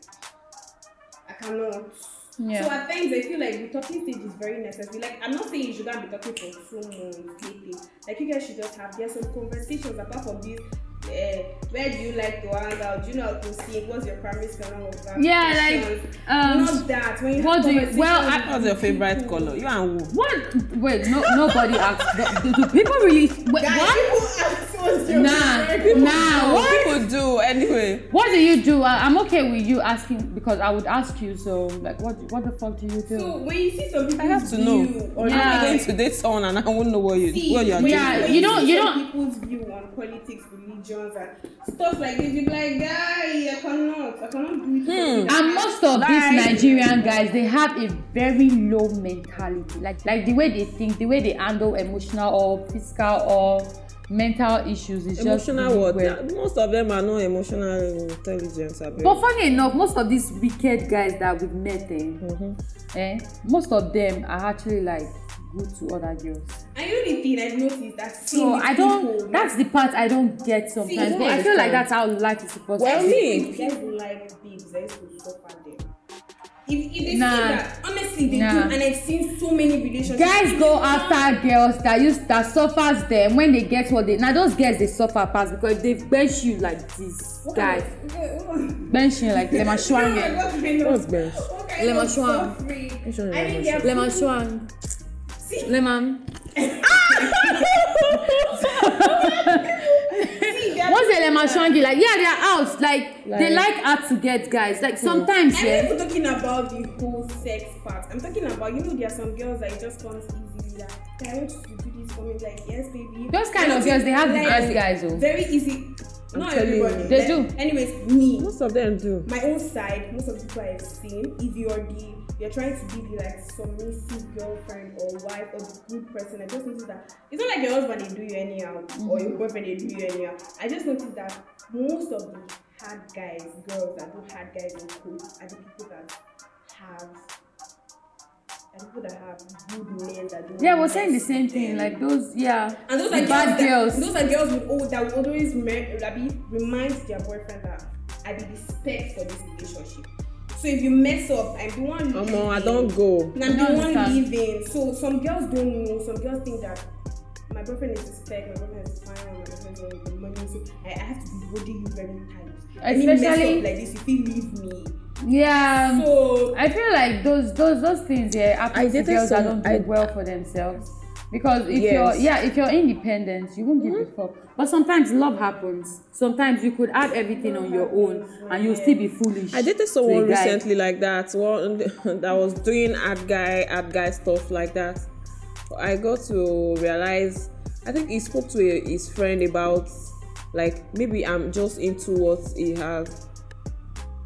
Speaker 4: I cannot.
Speaker 2: Yeah.
Speaker 4: So at times I feel like the talking stage is very necessary. Like I'm not saying you shouldn't be talking for so months, dating. Like you guys should just have there's some conversations apart from this. Uh, where do you like to hang out? Do you know how to sing? What's your primary school and all of that?
Speaker 2: Yeah, like,
Speaker 4: Questions.
Speaker 2: um,
Speaker 4: not that. When you
Speaker 2: what
Speaker 4: have
Speaker 2: do you-
Speaker 4: conversations
Speaker 2: well,
Speaker 4: with
Speaker 2: I-
Speaker 3: What's your favorite
Speaker 4: people-
Speaker 3: color? You and who?
Speaker 2: What? Wait, no, nobody asked. Do, do people really? Wait,
Speaker 4: Guys,
Speaker 2: what?
Speaker 4: people are so
Speaker 2: Nah,
Speaker 4: serious.
Speaker 2: nah. What?
Speaker 3: People do anyway.
Speaker 2: What do you do? I, I'm okay with you asking because I would ask you. So, like, what? What the fuck do you do?
Speaker 4: So when you see some people,
Speaker 3: I have to know.
Speaker 4: Or
Speaker 3: How am I
Speaker 2: Yeah.
Speaker 3: going to date someone and I won't know what you
Speaker 4: See,
Speaker 3: what you're doing?
Speaker 2: Yeah, you don't-
Speaker 4: see
Speaker 2: you
Speaker 4: some
Speaker 2: don't-
Speaker 4: People's view on politics, religions, and stuff like this. You be like, guy, I cannot, I cannot do
Speaker 3: Hmm.
Speaker 4: it.
Speaker 2: and most of
Speaker 3: Like-
Speaker 2: these nigerian guys they have a very low mentality like like the way they think the way they handle emotional or physical or mental issues is just
Speaker 3: Emotional
Speaker 2: really
Speaker 3: what?
Speaker 2: well.
Speaker 3: Most of them are not emotional intelligence. I
Speaker 2: but funny enough most of these wicked guys that we've met eh,
Speaker 3: Mm-hmm.
Speaker 2: eh most of them are actually like good to other girls
Speaker 4: And you know the thing I've noticed that
Speaker 2: so i don't that's the part i don't get sometimes
Speaker 4: don't
Speaker 2: but i feel like
Speaker 3: understand.
Speaker 2: that's how life is supposed
Speaker 3: Well,
Speaker 2: to be
Speaker 3: me-
Speaker 4: If guys like babes, I used to suffer them. If, if they
Speaker 2: Nah.
Speaker 4: see that, honestly, they
Speaker 2: Nah.
Speaker 4: do, and I've seen so many relationships.
Speaker 2: guys go after girls that use that suffers them when they get what they na those girls dey suffer pass because they bench you like this
Speaker 4: What kind
Speaker 2: guys
Speaker 4: of- what- what-
Speaker 2: bench you like lemashwange
Speaker 3: What's
Speaker 4: What's
Speaker 3: best?
Speaker 5: Lemon schwang.
Speaker 4: Suffering.
Speaker 3: Sure,
Speaker 4: I think they are
Speaker 5: Lemon Schwang.
Speaker 4: See-
Speaker 5: Lemon.
Speaker 4: See, they are
Speaker 2: once they lemashwange like yeah they are out like, like they like hard to get guys like
Speaker 4: Hmm.
Speaker 2: sometimes
Speaker 4: I'm not
Speaker 2: yeah
Speaker 4: even talking about the whole sex part. I'm talking about you know there are some girls that it just comes easily like "Guy, I want you to do this for me like yes baby.
Speaker 2: Those kind
Speaker 4: Like,
Speaker 2: of girls, they have the
Speaker 4: like,
Speaker 2: ass guys, oh.
Speaker 4: Very easy.
Speaker 3: I'm
Speaker 4: Not
Speaker 3: telling you.
Speaker 4: everybody.
Speaker 2: They
Speaker 4: like,
Speaker 2: do.
Speaker 4: Anyways, me,
Speaker 3: Most of them do.
Speaker 2: Mm.
Speaker 4: my own side, most of the people I've seen, if you're the you're trying to be the like submissive girlfriend or wife or the good person, I just noticed that it's not like your husband they do you anyhow or
Speaker 2: Mm-hmm.
Speaker 4: your boyfriend they do you anyhow. I just noticed that most of the hard guys, girls that do hard guys in school are the people that have are the people that have good men that do
Speaker 2: yeah we're
Speaker 4: nice
Speaker 2: saying the same thing
Speaker 4: things.
Speaker 2: like those yeah
Speaker 4: And those
Speaker 2: the
Speaker 4: are
Speaker 2: bad
Speaker 4: girls
Speaker 2: girls
Speaker 4: That, those are girls with old that would always me- Rabi, remind their boyfriend that I be the spec for this relationship. So if you mess up, I'm the one.
Speaker 3: Come
Speaker 4: leaving.
Speaker 3: on, I don't go.
Speaker 4: And I'm
Speaker 2: I
Speaker 4: the
Speaker 2: don't
Speaker 4: one
Speaker 2: understand.
Speaker 4: leaving. So some girls don't know. Some girls think that my boyfriend is a spec. My boyfriend is fine. My boyfriend is all the money. So I, I have to be holding you very tight. When you mess
Speaker 2: Especially-
Speaker 4: up like this, you feel leave me.
Speaker 2: yeah
Speaker 4: So
Speaker 2: I feel like those those those things yeah
Speaker 3: I
Speaker 2: happen to
Speaker 3: dated
Speaker 2: girls that don't
Speaker 3: some-
Speaker 2: do
Speaker 3: I-
Speaker 2: well for themselves because if
Speaker 3: Yes. Mm-hmm.
Speaker 2: you're yeah if you're independent you won't give a fuck but sometimes love happens sometimes you could have everything on your own and you'll still be foolish
Speaker 3: I
Speaker 2: to
Speaker 3: dated
Speaker 2: a
Speaker 3: someone
Speaker 2: guy.
Speaker 3: recently like that. One that was doing ad guy, ad guy stuff like that. I got to realize. I think he spoke to a, his friend about like maybe I'm just into what he has.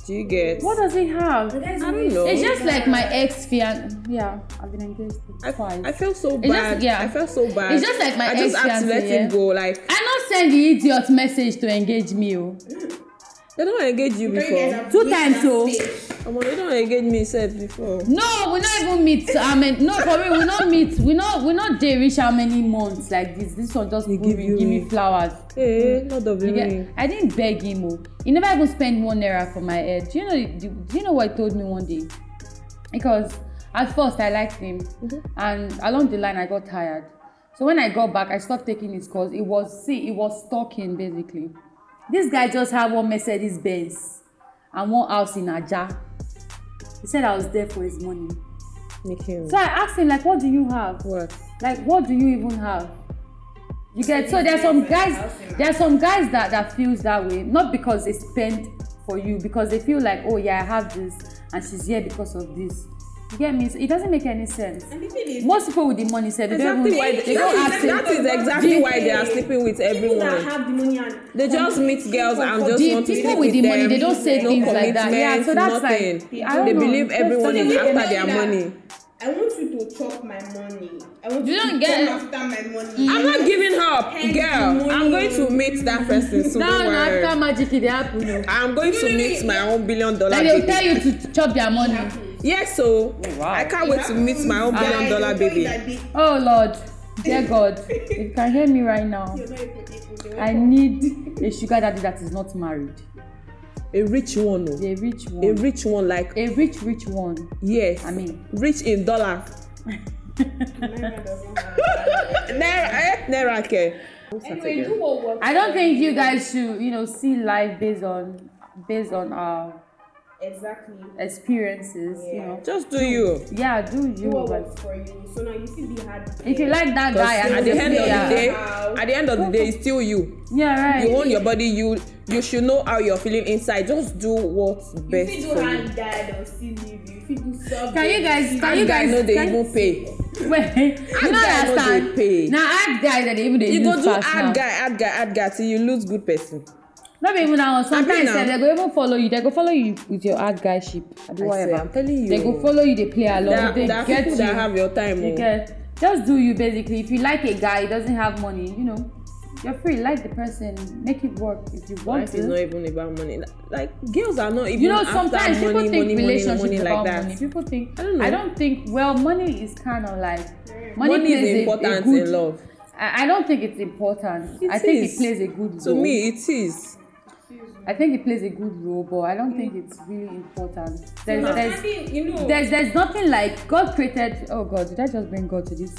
Speaker 3: Do you get?
Speaker 2: what does he have
Speaker 4: I
Speaker 3: don't know.
Speaker 2: it's just like my ex fiance yeah I've been engaged
Speaker 3: I,
Speaker 2: twice
Speaker 3: I felt so
Speaker 2: just-
Speaker 3: bad.
Speaker 2: yeah.
Speaker 3: I felt so bad.
Speaker 2: It's just like my
Speaker 3: I just had to
Speaker 2: ex-fiancé,
Speaker 3: let him
Speaker 2: yeah.
Speaker 3: go. Like
Speaker 2: I not send the idiot message to engage me oh
Speaker 3: they don't engage you before.
Speaker 2: Two times, so.
Speaker 3: Come on, they don't engage me said before.
Speaker 2: no we not even meet I mean no for real we not meet we not we not dey reach how many months like this this one just give,
Speaker 3: give
Speaker 2: me,
Speaker 3: you
Speaker 2: give me
Speaker 3: ring.
Speaker 2: flowers
Speaker 3: Hey, Lord Eh, of the
Speaker 2: You
Speaker 3: Ring.
Speaker 2: get, I didn't beg him. Oh. He never even spent one naira for my head. Do you know? Do, do you know what he told me one day? Because at first I liked him, and along the line I got tired. So when I got back, I stopped taking his calls. It was see, it was stalking basically. This guy just had one Mercedes Benz and one house in Aja. He said I was there for his money.
Speaker 3: Make him.
Speaker 2: So I asked him like, "What do you have?"
Speaker 3: What?
Speaker 2: like what do you even have you get so there's some guys there's some guys that that feels that way not because they spend for you because they feel like oh yeah i have this and she's here because of this you get me so it doesn't make any sense
Speaker 4: And the thing is,
Speaker 2: most people with the money say they don't
Speaker 3: Exactly
Speaker 2: even
Speaker 3: why
Speaker 4: they-
Speaker 2: they don't
Speaker 4: that
Speaker 2: ask
Speaker 4: is-
Speaker 2: him.
Speaker 3: Oh, that is exactly why they are sleeping with
Speaker 4: people that
Speaker 3: everyone.
Speaker 4: have the money and
Speaker 3: They just meet girls and just
Speaker 2: the
Speaker 3: want to
Speaker 2: people
Speaker 3: sleep
Speaker 2: with the money
Speaker 3: them.
Speaker 2: they don't say
Speaker 3: no
Speaker 2: things like that yeah so that's
Speaker 3: commitment, nothing.
Speaker 2: like i don't
Speaker 3: they
Speaker 2: know
Speaker 3: believe
Speaker 2: Just-
Speaker 3: everyone
Speaker 4: So
Speaker 3: is
Speaker 4: they will
Speaker 3: after
Speaker 4: deny
Speaker 3: their
Speaker 4: that.
Speaker 3: money.
Speaker 4: I want you to chop my money. I want
Speaker 2: You
Speaker 4: you,
Speaker 2: don't
Speaker 4: to
Speaker 2: get-
Speaker 4: come after my money.
Speaker 3: I'm not giving up,
Speaker 4: Hey,
Speaker 3: girl. I'm
Speaker 4: money.
Speaker 3: going to meet that person. So
Speaker 2: now
Speaker 3: don't
Speaker 2: na
Speaker 3: worry.
Speaker 2: after magic e dey happen o
Speaker 3: I'm going to meet my own billion dollar.
Speaker 2: and they will
Speaker 3: baby.
Speaker 2: tell you to chop their money
Speaker 3: Yes, so
Speaker 1: wow.
Speaker 3: I can't wait to meet my own billion dollar
Speaker 4: Guys,
Speaker 3: baby.
Speaker 4: that they-
Speaker 2: oh lord Dear God, if you can hear me right now,
Speaker 4: You're not able to do
Speaker 2: I need a sugar daddy that is not married.
Speaker 3: a rich one o
Speaker 2: A rich one.
Speaker 3: a rich one like
Speaker 2: a rich, rich one.
Speaker 3: yes
Speaker 2: I mean-
Speaker 3: rich in dollar naira eh naira ke.
Speaker 5: Anyway, do what works.
Speaker 2: I don't think you guys should, you know, see life based on based on our
Speaker 4: Exactly.
Speaker 2: experiences. You know.
Speaker 3: just do you
Speaker 2: Yeah, do
Speaker 4: Do
Speaker 2: you?
Speaker 4: what
Speaker 2: But
Speaker 4: works for you. So now you see the hard.
Speaker 2: if you like that guy, and
Speaker 3: at the
Speaker 2: he's a
Speaker 3: end of
Speaker 2: player-
Speaker 3: the day
Speaker 4: Yeah.
Speaker 3: at the end of the day it's still you
Speaker 2: yeah, right.
Speaker 3: you own your body you you should know how you're feeling inside just do what's
Speaker 4: You
Speaker 3: best
Speaker 4: fit do
Speaker 3: for you
Speaker 4: hand dye or still leave you. You fit do something.
Speaker 2: can you guys? Can you
Speaker 3: you guys
Speaker 2: guys?
Speaker 3: know they
Speaker 2: can-
Speaker 3: even pay
Speaker 2: Wait, you don't
Speaker 3: guy no dey
Speaker 2: understand.
Speaker 3: pay.
Speaker 2: Na hard guy that they even dey
Speaker 3: you go
Speaker 2: use
Speaker 3: do
Speaker 2: pass
Speaker 3: add guy
Speaker 2: now.
Speaker 3: add guy add guy till you lose good person
Speaker 2: No be even that one. Sometimes
Speaker 3: now.
Speaker 2: sef, they go even follow you. They go follow you with your hard guy ship. Abi
Speaker 3: I say,
Speaker 2: whatever.
Speaker 3: I'm telling you.
Speaker 2: They go follow you. They play along.
Speaker 3: that
Speaker 2: They
Speaker 3: that
Speaker 2: get
Speaker 3: people
Speaker 2: you.
Speaker 3: that have your time oh.
Speaker 2: You
Speaker 3: o
Speaker 2: get. Just do you basically. If you like a guy, he doesn't have money. You know, you're free. Like the person, make it work if you want
Speaker 3: life
Speaker 2: to.
Speaker 3: is not even about money like girls are not even
Speaker 2: you know
Speaker 3: after
Speaker 2: sometimes
Speaker 3: money,
Speaker 2: people think
Speaker 3: money, money,
Speaker 2: relationships
Speaker 3: money
Speaker 2: about
Speaker 3: like that
Speaker 2: money people think
Speaker 3: I don't know.
Speaker 2: i don't think well money is kind of like money,
Speaker 3: Money is
Speaker 2: plays a- a,
Speaker 3: important
Speaker 2: good,
Speaker 3: in love.
Speaker 2: I, I don't think it's important
Speaker 3: It
Speaker 2: i think
Speaker 3: is.
Speaker 2: it plays a good
Speaker 3: to
Speaker 2: role
Speaker 3: me it is
Speaker 2: i think it plays a good role but i don't think it's really important there's,
Speaker 4: I
Speaker 2: there's,
Speaker 4: mean, you know.
Speaker 2: there's there's nothing like god created oh god did i just bring god to this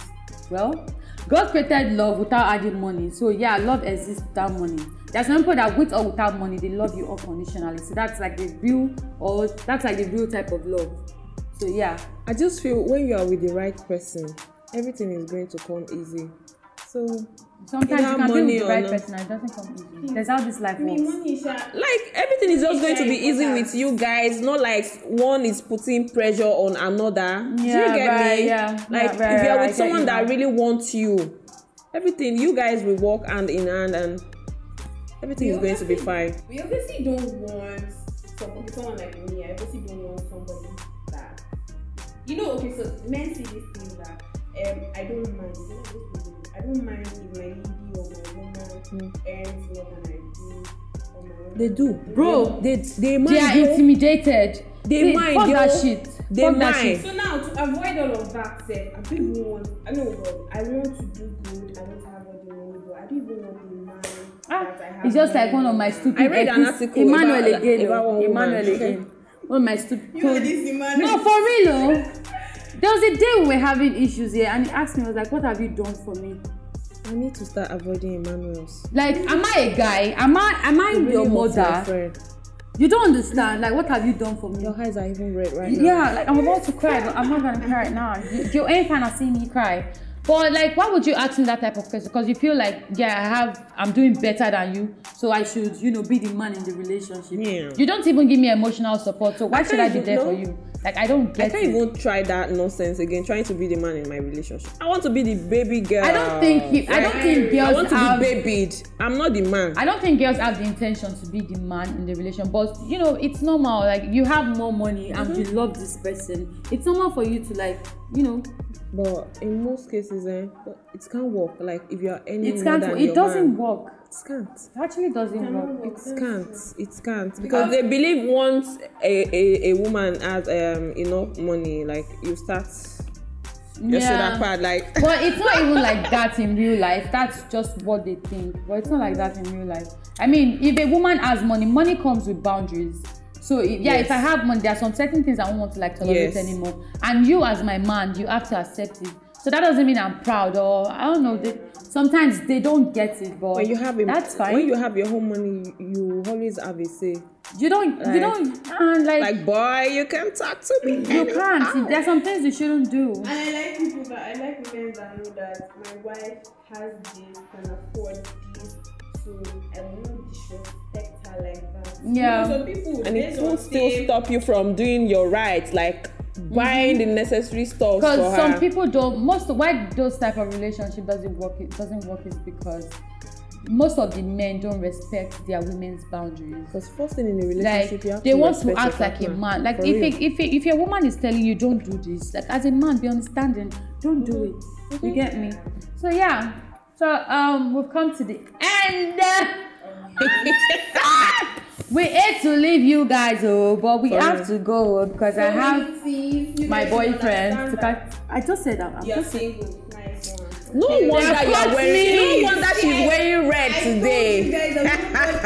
Speaker 2: well god created love without adding money so yeah love exists without money there's some people that with or without money they love you unconditionally so that's like the real or that's like the real type of love so yeah
Speaker 3: i just feel when you are with the right person everything is going to come easy so
Speaker 2: sometimes
Speaker 3: Either
Speaker 2: you can
Speaker 3: money
Speaker 2: be with the
Speaker 3: or
Speaker 2: right
Speaker 3: not.
Speaker 2: person and it doesn't come easy that's how this life
Speaker 4: I mean,
Speaker 2: works
Speaker 4: money, sha.
Speaker 3: like everything is just going to be
Speaker 4: Yeah,
Speaker 3: easy
Speaker 4: important.
Speaker 3: with you guys not like one is putting pressure on another do you
Speaker 2: Yeah,
Speaker 3: get
Speaker 2: right,
Speaker 3: me
Speaker 2: yeah, yeah, right,
Speaker 3: like if you're
Speaker 2: right, I
Speaker 3: with
Speaker 2: get
Speaker 3: someone
Speaker 2: you
Speaker 3: that
Speaker 2: now.
Speaker 3: really wants you everything you guys will walk hand in hand and everything is going to be fine
Speaker 4: We obviously don't want some, someone like me. I obviously don't want somebody that. You know, okay, so men say this thing that um, I don't mind. you know, this thing, I don't mind if my lady or my woman
Speaker 2: Hmm.
Speaker 4: earns more than I do. or my woman-
Speaker 3: they do
Speaker 2: Bro,
Speaker 3: they they
Speaker 2: they
Speaker 3: mind
Speaker 2: are
Speaker 3: yo.
Speaker 2: intimidated
Speaker 3: They
Speaker 2: See,
Speaker 3: mind,
Speaker 2: fuck
Speaker 3: yo.
Speaker 2: that shit
Speaker 3: They
Speaker 2: fuck that
Speaker 3: mind.
Speaker 2: shit
Speaker 4: So now, to avoid all of that, sef, I don't even want. I know God. I want to do good. I want to have all the money, but I don't even want the man
Speaker 2: Ah,
Speaker 4: that I have.
Speaker 2: it's just like
Speaker 4: money.
Speaker 2: one of my stupid.
Speaker 3: I read an
Speaker 2: ex-
Speaker 3: article
Speaker 2: Emmanuel
Speaker 3: about-
Speaker 2: again.
Speaker 3: about
Speaker 2: oh,
Speaker 3: one woman.
Speaker 2: Emmanuel again. One of my stupid.
Speaker 4: You know this Emmanuel.
Speaker 2: No, for real. Oh. There was a day we were having issues here, and he asked me, I was like, "What have you done for me?
Speaker 3: i need to start avoiding emmanuel's
Speaker 2: Like, am I a guy? Am I? Am I your
Speaker 3: wants my
Speaker 2: mother?
Speaker 3: friend.
Speaker 2: You don't understand. Like, what have you done for me?
Speaker 3: your eyes are even red right now
Speaker 2: Yeah, like I'm about to cry, but I'm not gonna cry right now. You, you ain't gonna see me cry. But like, why would you ask him that type of question? Because you feel like, yeah, I have, I'm doing better than you, so I should, you know, be the man in the relationship.
Speaker 3: Yeah.
Speaker 2: You don't even give me emotional support, so why
Speaker 3: I
Speaker 2: should I
Speaker 3: can't
Speaker 2: be
Speaker 3: even-
Speaker 2: there for
Speaker 3: no.
Speaker 2: you? Like, I don't
Speaker 3: I
Speaker 2: get
Speaker 3: can't
Speaker 2: it.
Speaker 3: even try that nonsense again. Trying to be the man in my relationship. I want to be the baby girl.
Speaker 2: I don't think you, I don't think girls
Speaker 3: I want to
Speaker 2: have.
Speaker 3: be babied. I'm not the man.
Speaker 2: I don't think girls have the intention to be the man in the relation, but you know it's normal. Like you have more money and you love this person, it's normal for you to like, you know,
Speaker 3: but in most cases, eh, it can't work. Like if you are any
Speaker 2: it
Speaker 3: more
Speaker 2: can't.
Speaker 3: than
Speaker 2: It
Speaker 3: your
Speaker 2: doesn't
Speaker 3: man,
Speaker 2: work.
Speaker 3: it can't.
Speaker 2: It actually doesn't work.
Speaker 3: It can't. It can't because they believe once a, a, a woman has um enough money, like you start your shoulder pad, like
Speaker 2: but it's not even like that in real life that's just what they think but it's not like that in real life i mean if a woman has money money comes with boundaries so if, yeah
Speaker 3: Yes.
Speaker 2: if i have money there are some certain things i won't want to like tolerate
Speaker 3: Yes.
Speaker 2: anymore and you as my man you have to accept it so that doesn't mean i'm proud or i don't know they, sometimes they don't get it but
Speaker 3: when you have a,
Speaker 2: that's fine
Speaker 3: When you have your own money, you, you always have a say.
Speaker 2: you don't
Speaker 3: like-
Speaker 2: you don't uh, like,
Speaker 3: Like boy, you can talk to me.
Speaker 2: you can't there's some things you shouldn't do
Speaker 4: And I like people that I like women that know that my wife has this can afford this, so I will not disrespect her like that.
Speaker 2: Yeah.
Speaker 4: You know, some people
Speaker 3: and it
Speaker 4: based on
Speaker 3: won't still
Speaker 4: same-
Speaker 3: stop you from doing your right like buying the necessary stuff for
Speaker 2: Mm-hmm. because some
Speaker 3: her
Speaker 2: people don't most why those type of relationship doesn't work it doesn't work is because most of the men don't respect their women's boundaries
Speaker 3: because first thing in a relationship
Speaker 2: like
Speaker 3: you have
Speaker 2: they
Speaker 3: to
Speaker 2: want to
Speaker 3: respect your
Speaker 2: act like a
Speaker 3: partner.
Speaker 2: man like
Speaker 3: For
Speaker 2: if
Speaker 3: real.
Speaker 2: a, if a, if your woman is telling you don't do this like as a man be understanding don't do it
Speaker 3: Mm-hmm.
Speaker 2: you get me so yeah so um we've come to the end we hate to leave you guys oh but we
Speaker 3: For
Speaker 2: have to
Speaker 3: real.
Speaker 2: go oh, because i have
Speaker 4: Communities, you
Speaker 2: my
Speaker 4: guys don't
Speaker 2: boyfriend
Speaker 4: understand
Speaker 2: to
Speaker 4: that
Speaker 2: catch i just said that i'm
Speaker 4: You are
Speaker 2: just
Speaker 4: single. Nice one.
Speaker 3: No wonder you are
Speaker 1: cut
Speaker 3: wearing.
Speaker 1: me.
Speaker 3: No wonder she's wearing red
Speaker 4: I told you
Speaker 3: today.
Speaker 4: guys I'm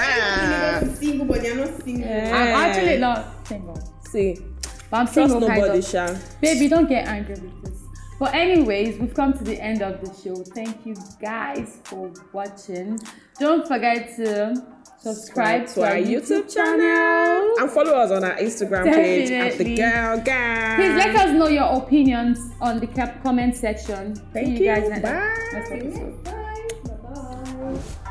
Speaker 4: not going to single, but they're not single.
Speaker 2: I'm
Speaker 3: Yeah.
Speaker 2: actually not single.
Speaker 3: See,
Speaker 2: But I'm
Speaker 3: trust
Speaker 2: single kind
Speaker 3: nobody,
Speaker 2: of.
Speaker 3: Sha.
Speaker 2: Baby, don't get angry with this. But anyways, we've come to the end of the show. Thank you guys for watching. Don't forget to subscribe to our YouTube channel.
Speaker 3: and follow us on our Instagram page at
Speaker 2: Definitely.
Speaker 3: the Girl Gang.
Speaker 2: Please let us know your opinions on the cap- comment section.
Speaker 3: Thank
Speaker 2: See you
Speaker 3: you.
Speaker 2: guys next-
Speaker 3: Bye.
Speaker 2: next episode.
Speaker 4: Bye. Bye-bye.